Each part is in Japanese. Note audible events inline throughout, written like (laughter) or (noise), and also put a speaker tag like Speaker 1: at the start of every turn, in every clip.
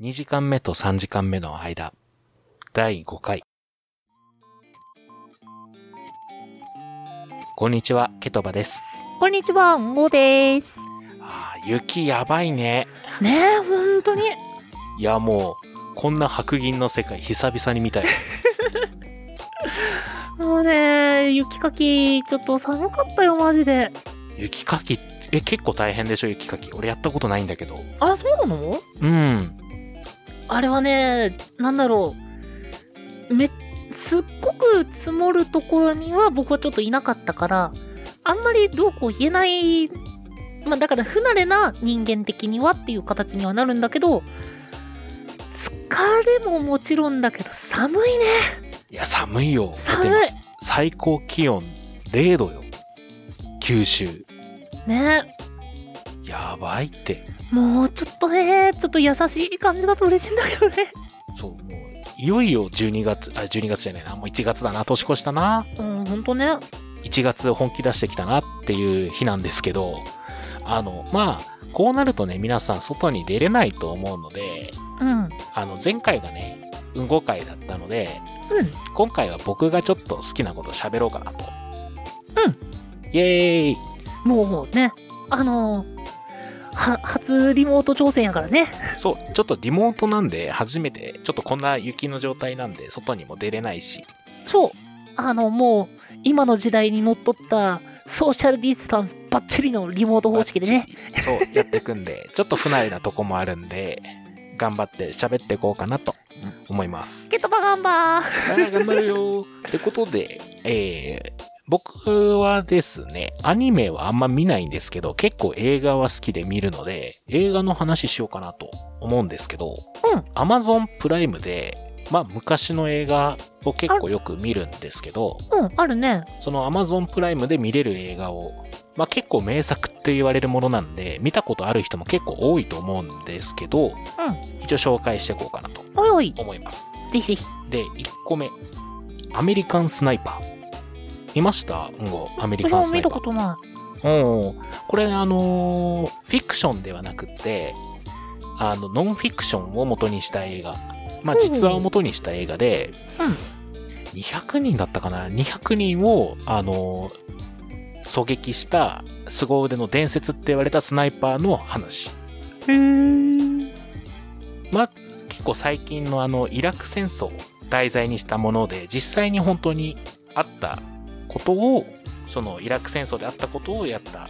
Speaker 1: 2時間目と3時間目の間、第5回。こんにちは、ケトバです。
Speaker 2: こんにちは、んごです。
Speaker 1: あー雪やばいね。
Speaker 2: ねえ、本当に。
Speaker 1: いや、もう、こんな白銀の世界久々に見たい。
Speaker 2: もうね、雪かき、ちょっと寒かったよ、マジで。
Speaker 1: (laughs) 雪かき、え、結構大変でしょ、雪かき。俺やったことないんだけど。
Speaker 2: あ、そうなの
Speaker 1: うん。
Speaker 2: あれはね、なんだろう。め、すっごく積もるところには僕はちょっといなかったから、あんまりどうこう言えない、まあだから不慣れな人間的にはっていう形にはなるんだけど、疲れももちろんだけど寒いね。
Speaker 1: いや、寒いよ。
Speaker 2: 寒い
Speaker 1: だって今最高気温0度よ。九州。
Speaker 2: ねえ。
Speaker 1: やばいって。
Speaker 2: もうちょっとね、ちょっと優しい感じだと嬉しいんだけどね。
Speaker 1: そう、もう、いよいよ12月、あ、12月じゃないな、もう1月だな、年越したな、
Speaker 2: (laughs) うん、ほんとね。
Speaker 1: 1月本気出してきたなっていう日なんですけど、あの、まあ、こうなるとね、皆さん外に出れないと思うので、
Speaker 2: うん。うん。
Speaker 1: あの、前回がね、運動会だったので、今回は僕がちょっと好きなこと喋ろうかなと。。
Speaker 2: うん
Speaker 1: イエーイ
Speaker 2: もうね、あのーは、初リモート挑戦やからね。
Speaker 1: そう、ちょっとリモートなんで、初めて、ちょっとこんな雪の状態なんで、外にも出れないし、
Speaker 2: そう。あの、もう、今の時代にのっとった、ソーシャルディスタンスバッチリのリモート方式でね。
Speaker 1: そう、やっていくん
Speaker 2: (laughs)
Speaker 1: で、ちょっと不慣れなとこもあるんで、頑張って喋っていこうかなと思います。
Speaker 2: ケトバガンバー
Speaker 1: 頑張るよ。ってことで、えー、僕はですね、アニメはあんま見ないんですけど、結構映画は好きで見るので、映画の話しようかなと思うんですけど、
Speaker 2: うん
Speaker 1: Amazon プライムで、まあ昔の映画を結構よく見るんですけど、
Speaker 2: うん、あるね。
Speaker 1: その Amazon プライムで見れる映画を、まあ、結構名作って言われるものなんで、見たことある人も結構多いと思うんですけど、一応紹介していこうかなと
Speaker 2: おいおい、
Speaker 1: 思います。
Speaker 2: ぜひぜひ。
Speaker 1: で、1個目。アメリカンスナイパー。いましたうんご、アメリ
Speaker 2: 私
Speaker 1: カン
Speaker 2: も
Speaker 1: スナ
Speaker 2: 見
Speaker 1: イ
Speaker 2: た
Speaker 1: パ
Speaker 2: こ
Speaker 1: ー。
Speaker 2: とな
Speaker 1: うん。これ、あのーフィクションではなくって、あの、ノンフィクションを元にした映画。まあ、
Speaker 2: うん
Speaker 1: 実話を元にした映画で、
Speaker 2: うん
Speaker 1: 200人だったかな ?200 人を、あのー狙撃した凄腕の伝説って言われたスナイパーの話。
Speaker 2: い。へー。
Speaker 1: まあ、結構最近のあの、イラク戦争を題材にしたもので、実際に本当にあったことを、そのイラク戦争であったことをやった。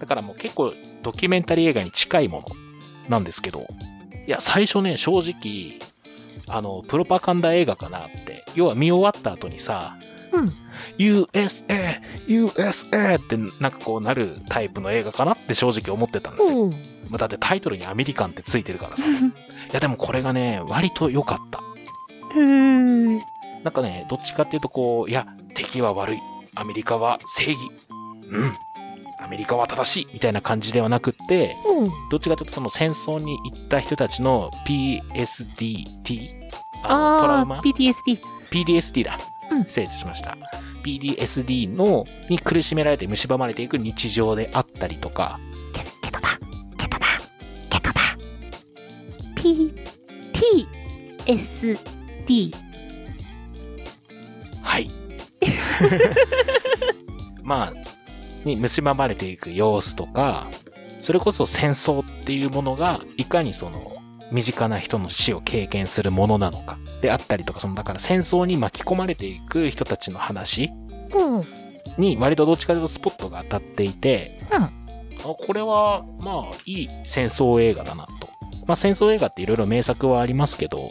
Speaker 1: だからもう結構ドキュメンタリー映画に近いものなんですけど、いや、最初ね、正直、あの、プロパガンダ映画かなって、要は見終わった後にさ、
Speaker 2: うん。
Speaker 1: USA! USA! ってなんかこうなるタイプの映画かなって正直思ってたんですよ。
Speaker 2: おう。
Speaker 1: まあだってタイトルにアメリカンってついてるからさ。いやでもこれがね、割と良かった。
Speaker 2: へー。
Speaker 1: なんかね、どっちかっていうとこう、いや、敵は悪い。アメリカは正義。うん。アメリカは正しい。みたいな感じではなくって、
Speaker 2: うん。
Speaker 1: どっちかというとその戦争に行った人たちの PSDT? あのトラウ
Speaker 2: あ
Speaker 1: マ
Speaker 2: ー、PTSD。
Speaker 1: ?PDSD だ。
Speaker 2: うん
Speaker 1: 失礼しました。PDSD の、に苦しめられて蝕まれていく日常であったりとか、
Speaker 2: ケケトバケトバケトバ PTSD
Speaker 1: はい。 (laughs) まあ、に蝕まれていく様子とか、それこそ戦争っていうものが、いかにその、身近な人の死を経験するものなのか、であったりとか、その、だから戦争に巻き込まれていく人たちの話
Speaker 2: うんうん
Speaker 1: に、割とどっちかというとスポットが当たっていて、
Speaker 2: うん
Speaker 1: あこれは、まあ、いい戦争映画だなと。まあ、戦争映画っていろいろ名作はありますけど、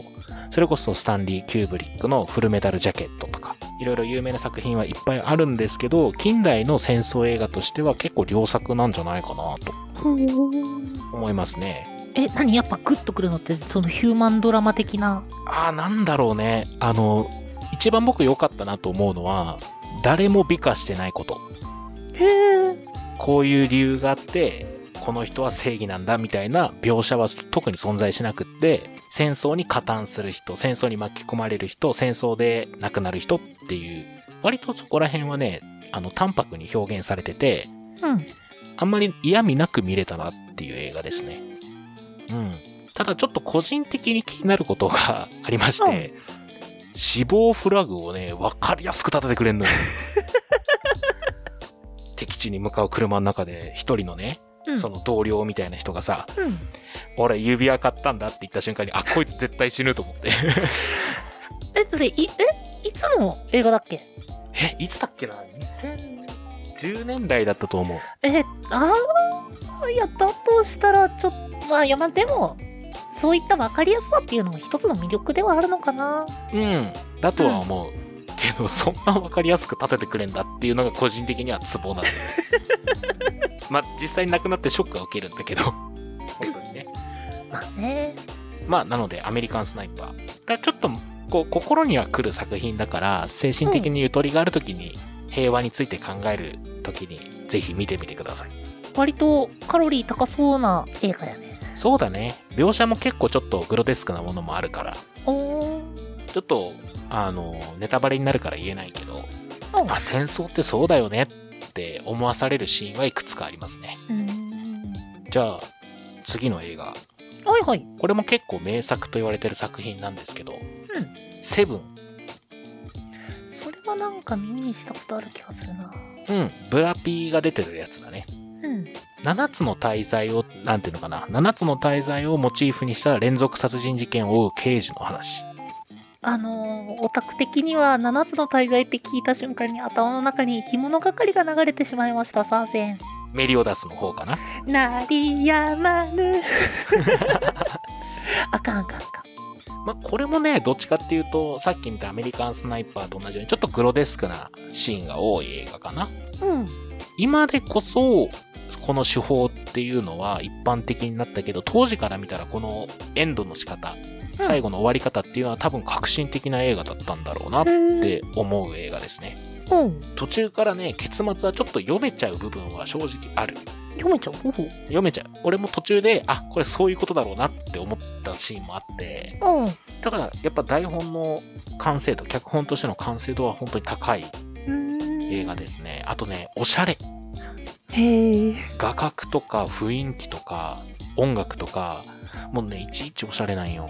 Speaker 1: それこそスタンリー・キューブリックのフルメタル・ジャケットとか、いろいろ有名な作品はいっぱいあるんですけど、近代の戦争映画としては結構良作なんじゃないかなと思いますね。
Speaker 2: え何やっぱグッとくるのってそのヒューマンドラマ的な
Speaker 1: ああ、なんだろうね。あの、一番僕良かったなと思うのは、誰も美化してないこと。
Speaker 2: へえ
Speaker 1: こういう理由があって、この人は正義なんだみたいな描写は特に存在しなくって、戦争に加担する人、戦争に巻き込まれる人、戦争で亡くなる人っていう、割とそこら辺はね、あの、淡白に表現されてて、
Speaker 2: うん
Speaker 1: あんまり嫌味なく見れたなっていう映画ですね。うん。ただちょっと個人的に気になることがありまし
Speaker 2: う
Speaker 1: て、死亡フラグをね、わかりやすく立ててくれん (laughs) のよ。敵地に向かう車の中で、一人のね、
Speaker 2: うん
Speaker 1: その同僚みたいな人がさ、
Speaker 2: うん
Speaker 1: 俺指輪買ったんだって言った瞬間に、あ、こいつ絶対死ぬと思って。
Speaker 2: えそれいえいつの映画だっけ
Speaker 1: (laughs) え、いつだっけな ?2010 年代だったと思う。
Speaker 2: えああいやだとしたらちょっとまあいやまあでもそういった分かりやすさっていうのも一つの魅力ではあるのかな
Speaker 1: うん。だとは思う。けど、そんなわかりやすく立ててくれんだっていうのが個人的にはツ (laughs) ボなんだよね。まあ、実際に亡くなってショックは受けるんだけど。本当にね。
Speaker 2: まあね
Speaker 1: まあ、なので、アメリカンスナイパー。だからちょっと、こう、心には来る作品だから、精神的にゆとりがあるときに、平和について考えるときに、ぜひ見てみてください。
Speaker 2: 割とカロリー高そうな映画やね
Speaker 1: そうだね。描写も結構ちょっとグロテスクなものもあるから、
Speaker 2: おお
Speaker 1: ちょっと、あの、ネタバレになるから言えないけど、
Speaker 2: うん
Speaker 1: あ、戦争ってそうだよねって思わされるシーンはいくつかありますね。
Speaker 2: うーん
Speaker 1: じゃあ、次の映画。
Speaker 2: はいはい
Speaker 1: これも結構名作と言われてる作品なんですけど、セブン。
Speaker 2: それはなんか耳にしたことある気がするな
Speaker 1: うん。ブラピーが出てるやつだね。
Speaker 2: うん
Speaker 1: 7つの大罪を、なんていうのかな。7つの大罪をモチーフにした連続殺人事件を追う刑事の話。
Speaker 2: あのーオタク的には7つの大罪って聞いた瞬間に頭の中に生き物係が流れてしまいましたサーセン
Speaker 1: メリオダスの方かな。
Speaker 2: なりやまぬ (laughs) あかんあかんあかん
Speaker 1: まあ、これもね、どっちかっていうと、さっき見たアメリカンスナイパーと同じように、ちょっとグロデスクなシーンが多い映画かな。
Speaker 2: うん
Speaker 1: 今でこそ、この手法っていうのは一般的になったけど、当時から見たらこのエンドの仕方、最後の終わり方っていうのは多分革新的な映画だったんだろうなって
Speaker 2: で
Speaker 1: 思う映画ですね。
Speaker 2: うん
Speaker 1: 途中からね、結末はちょっと読めちゃう部分は正直ある。
Speaker 2: 読めちゃうほほ
Speaker 1: 読めちゃう。俺も途中で、あ、これそういうことだろうなって思ったシーンもあって、
Speaker 2: うんう
Speaker 1: ただやっぱ台本の完成度、脚本としての完成度は本当に高い
Speaker 2: ーん
Speaker 1: 映画ですね。あとね、おしゃれ。
Speaker 2: へえ
Speaker 1: 画角とか雰囲気とか音楽とかもうねいちいちおしゃれなんよ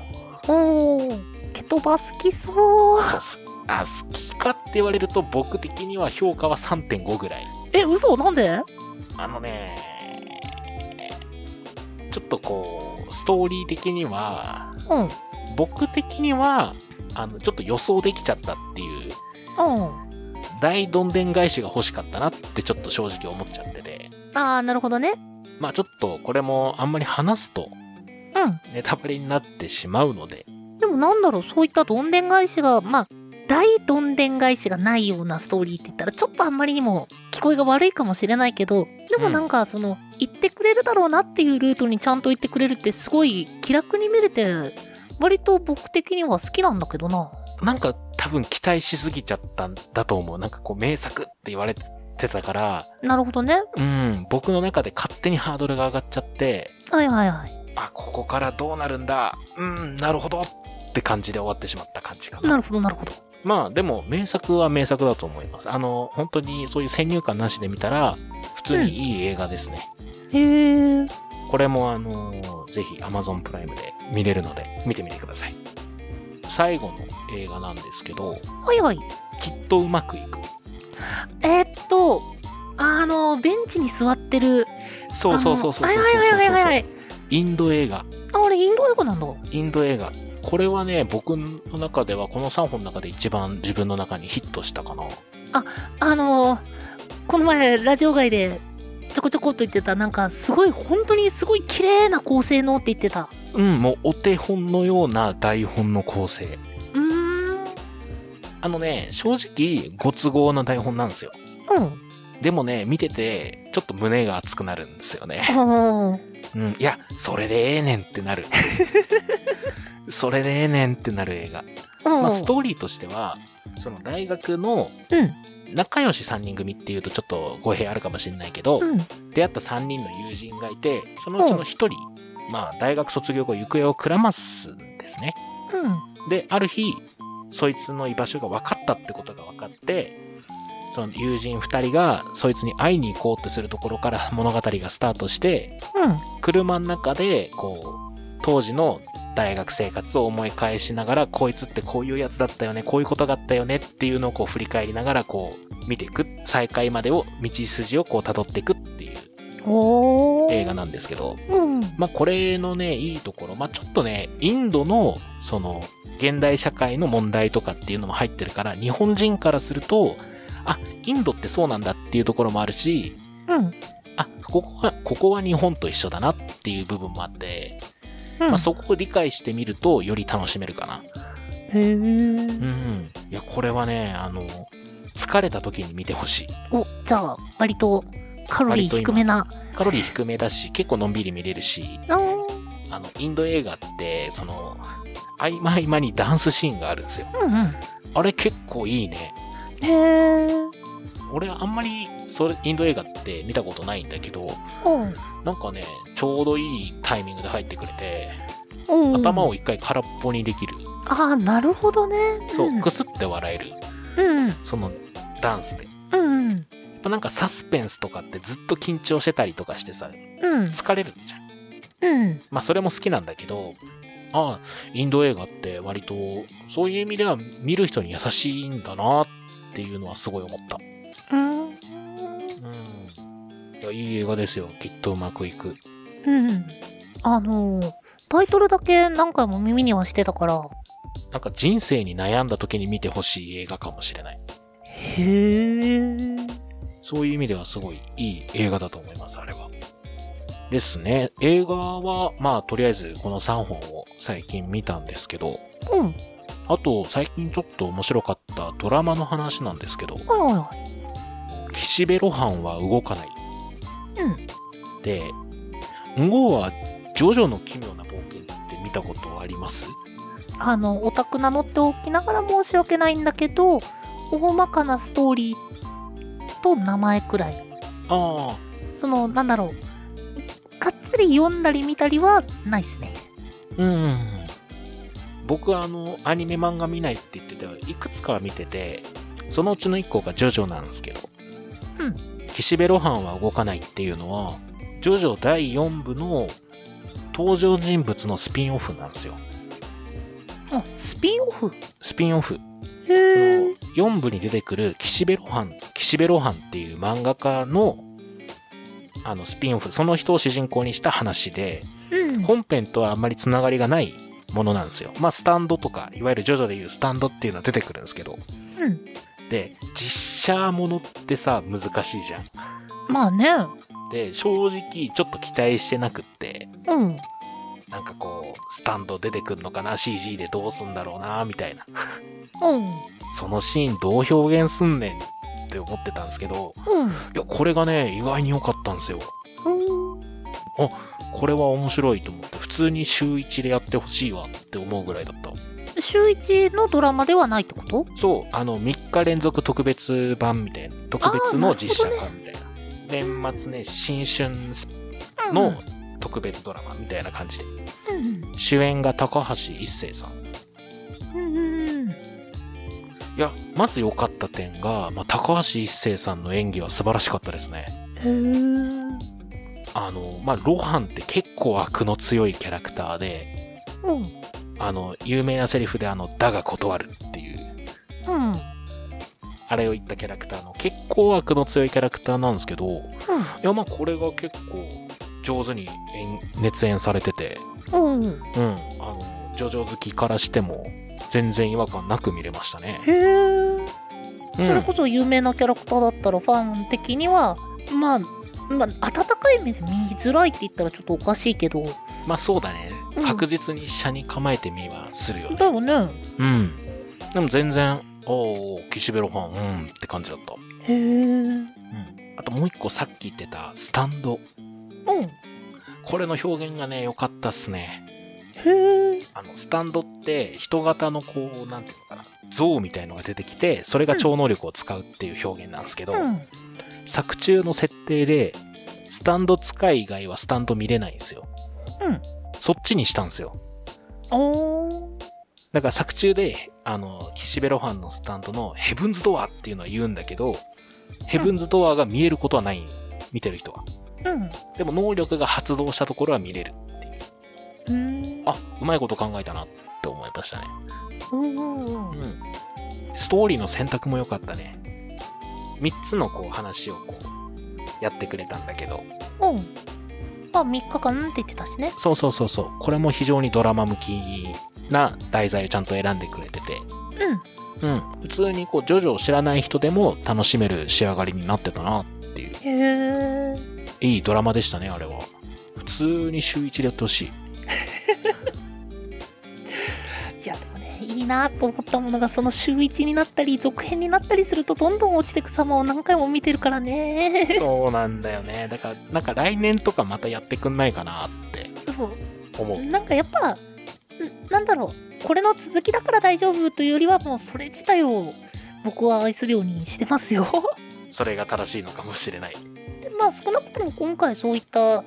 Speaker 2: おおケトバ好きそう
Speaker 1: そうっすあ好きかって言われると僕的には評価は3.5ぐらい
Speaker 2: え嘘なんで
Speaker 1: あのねちょっとこうストーリー的には
Speaker 2: うんうん
Speaker 1: 僕的にはあのちょっと予想できちゃったっていう大どんでん返しが欲しかったなってちょっと正直思っちゃってて
Speaker 2: ああなるほどね
Speaker 1: まあちょっとこれもあんまり話すと
Speaker 2: うん
Speaker 1: ネタバレになってしまうので
Speaker 2: でもなんだろう、そういったどんでん返しが、まあ、大どんでん返しがないようなストーリーって言ったら、ちょっとあんまりにも聞こえが悪いかもしれないけど、でもなんかその、言ってくれるだろうなっていうルートにちゃんと言ってくれるって、すごい気楽に見れて、割と僕的には好きなんだけどな。
Speaker 1: なんか多分期待しすぎちゃったんだと思う。なんかこう名作って言われてたから、
Speaker 2: なるほどね。
Speaker 1: うん、僕の中で勝手にハードルが上がっちゃって、
Speaker 2: はいはいはい。
Speaker 1: あ、ここからどうなるんだ、うん、なるほどって感じで終わってしまった感じかな。
Speaker 2: なるほどなるほど。
Speaker 1: まあでも名作は名作だと思います。あの、本当にそういう先入観なしで見たら、普通にいい映画ですね。
Speaker 2: へえ。
Speaker 1: これもあの、ぜひ Amazon プライムで見れるので、見てみてください。最後の映画なんですけど、
Speaker 2: はいはい。
Speaker 1: きっとうまくいく。
Speaker 2: えーっと、あの、ベンチに座ってる。
Speaker 1: そうそうそうそうそう
Speaker 2: あ
Speaker 1: そ
Speaker 2: の
Speaker 1: う
Speaker 2: はいはいはいはい
Speaker 1: そ
Speaker 2: は
Speaker 1: う
Speaker 2: い。
Speaker 1: インド映画
Speaker 2: あ、俺インド映画なんだ。
Speaker 1: インド映画これはね僕の中ではこの3本の中で一番自分の中にヒットしたかな
Speaker 2: あのーこの前ラジオ外でちょこちょこっと言ってたなんかすごい本当にすごい綺麗な構成のって言ってた
Speaker 1: うんもうお手本のような台本の構成
Speaker 2: うーん
Speaker 1: あのね正直ご都合な台本なんですよ
Speaker 2: うん
Speaker 1: でもね見ててちょっと胸が熱くなるんですよね
Speaker 2: あ
Speaker 1: うんいやそれでええねんってな
Speaker 2: (laughs)
Speaker 1: るそれでええねんってなる映画、
Speaker 2: ーうん
Speaker 1: まあ、ストーリーとしてはその大学の
Speaker 2: うん
Speaker 1: 仲良し3人組っていうとちょっと語弊あるかもしれないけど、
Speaker 2: うん
Speaker 1: 出会った3人の友人がいて、そのうちの1人、まあ、大学卒業後行方をくらますんですね。
Speaker 2: うん
Speaker 1: で、ある日、そいつの居場所が分かったってことが分かって、その友人2人がそいつに会いに行こうとするところから物語がスタートして、
Speaker 2: うん
Speaker 1: 車の中で、こう、当時の大学生活を思い返しながら、こいつってこういうやつだったよね、こういうことがあったよねっていうのをこう振り返りながら、こう見ていく、再会までを、道筋をこう辿っていくっていう
Speaker 2: おー
Speaker 1: 映画なんですけど、
Speaker 2: うん
Speaker 1: まあこれのね、いいところ、まあちょっとね、インドの、その、現代社会の問題とかっていうのも入ってるから、日本人からすると、あ、インドってそうなんだっていうところもあるし、
Speaker 2: うん
Speaker 1: あ、ここは、ここは日本と一緒だなっていう部分もあって、
Speaker 2: うん
Speaker 1: まあ、そこを理解してみるとより楽しめるかな。
Speaker 2: へえ
Speaker 1: うん、いや、これはね、あの、疲れた時に見てほしい。
Speaker 2: おじゃあ割とカロリー低めな
Speaker 1: カロリー低めだし、結構のんびり見れるし、
Speaker 2: あー
Speaker 1: あの、インド映画って、その、合間合間にダンスシーンがあるんですよ。
Speaker 2: うんうん
Speaker 1: あれ結構いいね。
Speaker 2: へえ
Speaker 1: 俺あんまり、それ、インド映画って見たことないんだけど、
Speaker 2: うん
Speaker 1: なんかね、ちょうどいいタイミングで入ってくれて、
Speaker 2: うん
Speaker 1: 頭を一回空っぽにできる。
Speaker 2: ああなるほどね
Speaker 1: そうう、
Speaker 2: ん
Speaker 1: くすって笑える。
Speaker 2: うん
Speaker 1: そのダンスで。
Speaker 2: うんうん
Speaker 1: やっぱなんかサスペンスとかってずっと緊張してたりとかしてさ、
Speaker 2: うん
Speaker 1: 疲れるじゃん。
Speaker 2: うん
Speaker 1: まあそれも好きなんだけど、ああ、インド映画って割とそういう意味では見る人に優しいんだなっていうのはすごい思った。
Speaker 2: うん
Speaker 1: うん。いや、いい映画ですよ。きっとうまくいく。
Speaker 2: うんあのータイトルだけ何回も耳にはしてたから
Speaker 1: なんか人生に悩んだ時に見てほしい映画かもしれない。
Speaker 2: へえ
Speaker 1: そういう意味ではすごいいい映画だと思います、あれは。ですね。映画は、まあとりあえずこの3本を最近見たんですけど、
Speaker 2: うん
Speaker 1: あと、最近ちょっと面白かったドラマの話なんですけど、
Speaker 2: はいは
Speaker 1: 岸辺露伴は動かない。
Speaker 2: いうん
Speaker 1: で、んごは、ジョジョの奇妙な冒険って見たことあります
Speaker 2: あのオタク名乗っておきながら申し訳ないんだけど大まかなストーリーと名前くらい
Speaker 1: ああ、
Speaker 2: そのなんだろうがっつり読んだり見たりはないっすね
Speaker 1: うん。僕はあの、アニメ漫画見ないって言ってて、いくつかは見てて、そのうちの1個がジョジョなんですけど、
Speaker 2: うん
Speaker 1: 岸辺露伴は動かないっていうのは、ジョジョ第4部の登場人物のスピンオフなんですよ。
Speaker 2: あスピンオフ
Speaker 1: スピンオフ。
Speaker 2: へ
Speaker 1: そ
Speaker 2: え
Speaker 1: の4部に出てくる岸辺露伴、岸辺露伴っていう漫画家の、あの、スピンオフ、その人を主人公にした話で、
Speaker 2: うん
Speaker 1: 本編とはあんまりつながりがないものなんですよ。まあ、スタンドとか、いわゆるジョジョでいうスタンドっていうのは出てくるんですけど。
Speaker 2: うん
Speaker 1: で、実写ものってさ、難しいじゃん。
Speaker 2: まあね
Speaker 1: で、正直、ちょっと期待してなくって、
Speaker 2: うん
Speaker 1: なんかこう、スタンド出てくるのかな、CG でどうすんだろうな、みたいな。
Speaker 2: うん
Speaker 1: そのシーンどう表現すんねんって思ってたんですけど、
Speaker 2: うん
Speaker 1: いや、これがね、意外に良かったんですよ。
Speaker 2: うん
Speaker 1: これは面白いと思って、普通に週1でやってほしいわって思うぐらいだった。
Speaker 2: 週一のドラマではないってこと
Speaker 1: そう、あの、3日連続特別版みたいな、特別の実写化みたいな。年末年始、新春の特別ドラマみたいな感じで。
Speaker 2: うん
Speaker 1: 主演が高橋一生さん。
Speaker 2: うんうん
Speaker 1: いや、まず良かった点が、まあ、高橋一生さんの演技は素晴らしかったですね。
Speaker 2: うんへえ
Speaker 1: あの、まあ、ロハンって結構悪の強いキャラクターで、
Speaker 2: うん
Speaker 1: あの、有名なセリフであの、だが断るっていう、
Speaker 2: うん
Speaker 1: あれを言ったキャラクターの、結構悪の強いキャラクターなんですけど、いや、まあこれが結構上手に演熱演されてて、
Speaker 2: うんうん
Speaker 1: うん、あの、ジョジョ好きからしても、全然違和感なく見れましたね。
Speaker 2: へえ
Speaker 1: うん
Speaker 2: それこそ有名なキャラクターだったらファン的にはまあまあ、温かい目で見づらいって言ったらちょっとおかしいけど
Speaker 1: まあそうだね
Speaker 2: う。ん
Speaker 1: 確実に車に構えてみはするよね。
Speaker 2: だよね
Speaker 1: うん。でも全然、おー、岸辺露伴、うんって感じだった。
Speaker 2: へえうん
Speaker 1: うん。あともう一個さっき言ってた、スタンド。これの表現がね、良かったっすね。
Speaker 2: へえ
Speaker 1: あの、スタンドって人型のこう、なんていうのかな、像みたいのが出てきて、それが超能力を使うっていう表現なんですけど、
Speaker 2: うん
Speaker 1: 作中の設定で、スタンド使い以外はスタンド見れないんですよ。
Speaker 2: うん
Speaker 1: そっちにしたんですよ。
Speaker 2: お
Speaker 1: だから作中で、あの、岸辺露伴のスタンドのヘブンズドアっていうのは言うんだけど、ヘブンズドアが見えることはない。見てる人は。
Speaker 2: うん
Speaker 1: でも能力が発動したところは見れる。
Speaker 2: うん
Speaker 1: うまいこと考えたなって思いましたね。
Speaker 2: うんうんうん。
Speaker 1: ストーリーの選択も良かったね。3つのこう話をこう、やってくれたんだけど。
Speaker 2: うん。まあ、3日間って言ってたしね。
Speaker 1: そうそうそうそう。これも非常にドラマ向きな題材をちゃんと選んでくれてて。
Speaker 2: う
Speaker 1: うん。普通にこう、ジョジョを知らない人でも楽しめる仕上がりになってたな。
Speaker 2: ん。へえ。
Speaker 1: いいドラマでしたね、あれは。普通に週1でやってほしい。
Speaker 2: いや、でもね、いいなと思ったものが、その週1になったり、続編になったりすると、どんどん落ちてく様を何回も見てるからね。
Speaker 1: そうなんだよね。だから、なんか来年とかまたやってくんないかなって
Speaker 2: そう。
Speaker 1: 思う。
Speaker 2: なんかやっぱ、んなんだろう、これの続きだから大丈夫というよりは、もうそれ自体を僕は愛するようにしてます (laughs) よ。
Speaker 1: それが正しいのかもしれない。
Speaker 2: でまあ少なくとも今回そういった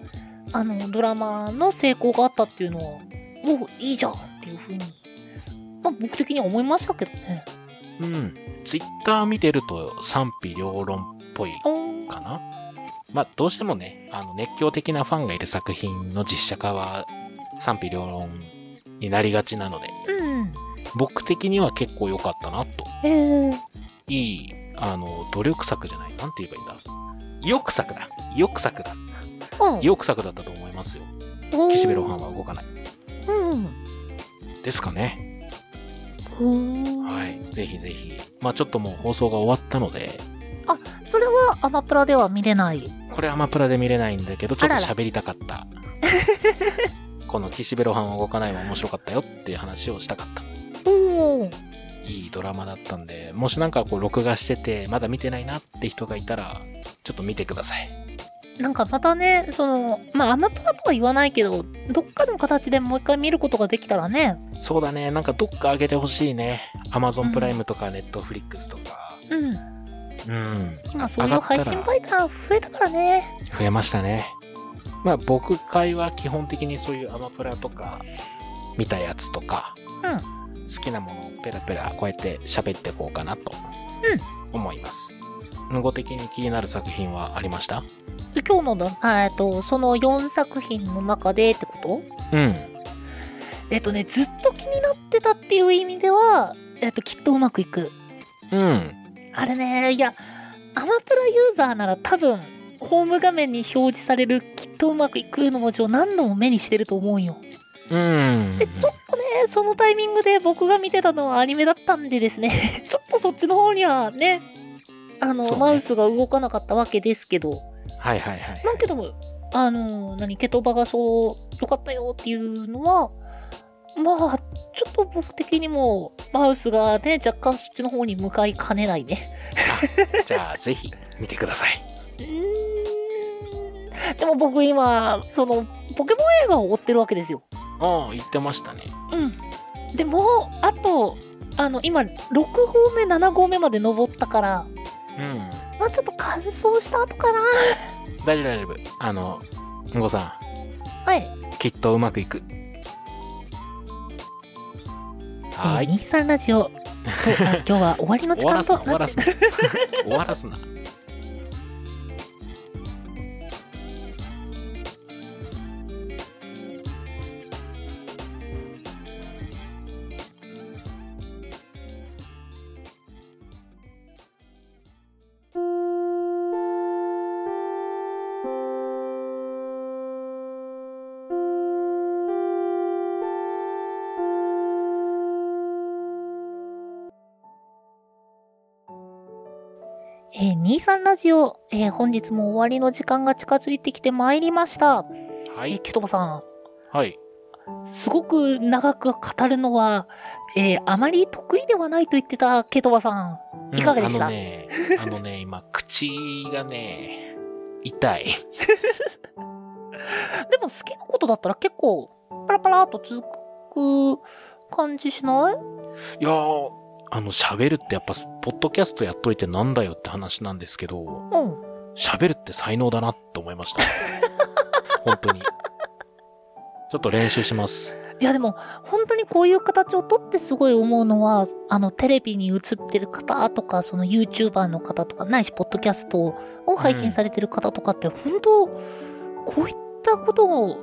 Speaker 2: あのドラマの成功があったっていうのは、おういいじゃんっていうふうに、まあ僕的には思いましたけどね。
Speaker 1: うん。ツイッター見てると賛否両論っぽい
Speaker 2: おー
Speaker 1: かな。まあ、どうしてもね、あの、熱狂的なファンがいる作品の実写化は賛否両論になりがちなので、
Speaker 2: うん。
Speaker 1: 僕的には結構良かったなと。
Speaker 2: えー、
Speaker 1: いい、あの、努力作じゃない。なんて言えばいいんだ。意欲作だ。意欲作だ。
Speaker 2: うん。
Speaker 1: 意欲作だったと思いますよ。
Speaker 2: おー
Speaker 1: 岸辺露伴は動かない。
Speaker 2: うん
Speaker 1: ですかね。
Speaker 2: うん。。
Speaker 1: はいい。ぜひぜひ。まあちょっともう放送が終わったので、
Speaker 2: それはアマプラでは見れない。
Speaker 1: これアマプラで見れないんだけど、ちょっと
Speaker 2: あらら
Speaker 1: 喋りたかった。
Speaker 2: (laughs)
Speaker 1: この岸辺露伴は動かないは面白かったよっていう話をしたかった。
Speaker 2: おお。
Speaker 1: いいドラマだったんで、もしなんかこう録画してて、まだ見てないなって人がいたら、ちょっと見てください。
Speaker 2: なんかまたね、その、まあアマプラとは言わないけど、どっかの形でもう一回見ることができたらね。
Speaker 1: そうだね、なんかどっか上げてほしいね。Amazon プライムとか Netflix とか。
Speaker 2: うん。
Speaker 1: うん。
Speaker 2: 今そういう配信媒体が増えたからね。
Speaker 1: 増えましたね。まあ僕会は基本的にそういうアマプラとか、見たやつとか、
Speaker 2: うん
Speaker 1: 好きなものをペラペラこうやって喋っていこうかなと、思います。無語的に気になる作品はありました
Speaker 2: 今日のだ、あえっと、その4作品の中でってこと
Speaker 1: うん。
Speaker 2: えっとね、ずっと気になってたっていう意味では、えっと、きっとうまくいく。
Speaker 1: うん。
Speaker 2: あれね、いや、アマプラユーザーなら多分、ホーム画面に表示されるきっとうまくいくの文字を何度も目にしてると思うよ。
Speaker 1: うん。
Speaker 2: で、ちょっとね、そのタイミングで僕が見てたのはアニメだったんでですね、 (laughs) ちょっとそっちの方にはね、あの、
Speaker 1: そうね
Speaker 2: マウスが動かなかったわけですけど、
Speaker 1: はいはいはい。
Speaker 2: なんけども、あの、何、ケトバがそう、良かったよっていうのは、まあ、ちょっと僕的にも、マウスがね、若干そっちの方に向かいかねないね。
Speaker 1: じゃあぜひ見てください。
Speaker 2: うーん。でも僕今、その、ポケモン映画を追ってるわけですよ。
Speaker 1: ああ、言ってましたね。
Speaker 2: うん。でも、あと、あの、今、6合目、7合目まで登ったから、
Speaker 1: うん。
Speaker 2: まあちょっと乾燥した後かな。
Speaker 1: 大丈夫大丈夫。あの、むこさ
Speaker 2: はい。
Speaker 1: ん、きっとうまくいく。はー
Speaker 2: えー
Speaker 1: い。
Speaker 2: 日産ラジ (laughs) オと、あ今日は終わりの時
Speaker 1: 終わ
Speaker 2: 間
Speaker 1: らすな、
Speaker 2: と
Speaker 1: 終わ
Speaker 2: な
Speaker 1: ら
Speaker 2: って
Speaker 1: すな。終わらす
Speaker 2: (laughs)
Speaker 1: な。
Speaker 2: えー、23ラジオ、えー本日も終わりの時間が近づいてきてまいりました。
Speaker 1: は
Speaker 2: えー、
Speaker 1: い。
Speaker 2: ケトバさ
Speaker 1: はい。
Speaker 2: ん、すごく長く語るのは、えーあまり得意ではないと言ってたケトバさん。いかがでした
Speaker 1: うんあのね、あのね、今、口がね、痛い。
Speaker 2: でも好きなことだったら結構、パラパラっと続く感じしない
Speaker 1: いやー、あの、喋るってやっぱ、ポッドキャストやっといてなんだよって話なんですけど、
Speaker 2: うん。
Speaker 1: 喋るって才能だなって思いま
Speaker 2: (laughs)
Speaker 1: した。本当に。ちょっと練習します。
Speaker 2: いやでも、本当にこういう形をとってすごい思うのは、あの、テレビに映ってる方とか、その YouTuber の方とか、ないし、ポッドキャストを配信されてる方とかって、本当、こういったことを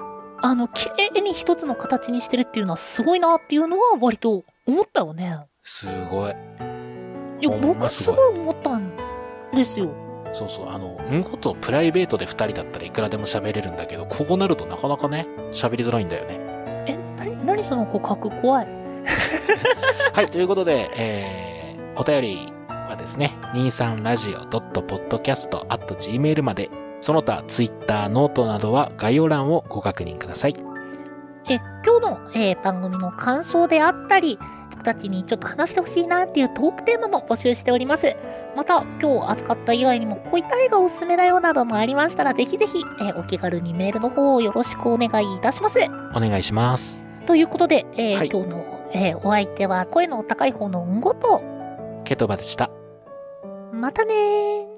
Speaker 2: あの、綺麗に一つの形にしてるっていうのはすごいなっていうのは割と思ったよね。
Speaker 1: すごい。
Speaker 2: いや、
Speaker 1: ほん
Speaker 2: 僕
Speaker 1: ますすごい
Speaker 2: ごい思ったんですよ。
Speaker 1: そうそう、あの、うんことプライベートで二人だったらいくらでも喋れるんだけど、こうなるとなかなかね、喋りづらいんだよね。
Speaker 2: え、なに、なにその告白怖い。
Speaker 1: はい、ということで、えー、お便りはですね、23radio.podcast.gmail まで、その他、Twitter、ノートなどは概要欄をご確認ください。
Speaker 2: え、今日の、えー番組の感想であったり、僕たちにちょっと話してほしいなっていうトークテーマも募集しております。また、今日扱った以外にも、こういった映画おすすめだよなどもありましたら、ぜひぜひ、えーお気軽にメールの方をよろしくお願いいたします。
Speaker 1: お願いします。
Speaker 2: ということで、えー
Speaker 1: はい
Speaker 2: 今日の、えーお相手は、声の高い方のうんごと、
Speaker 1: ケトバでした。
Speaker 2: またねー。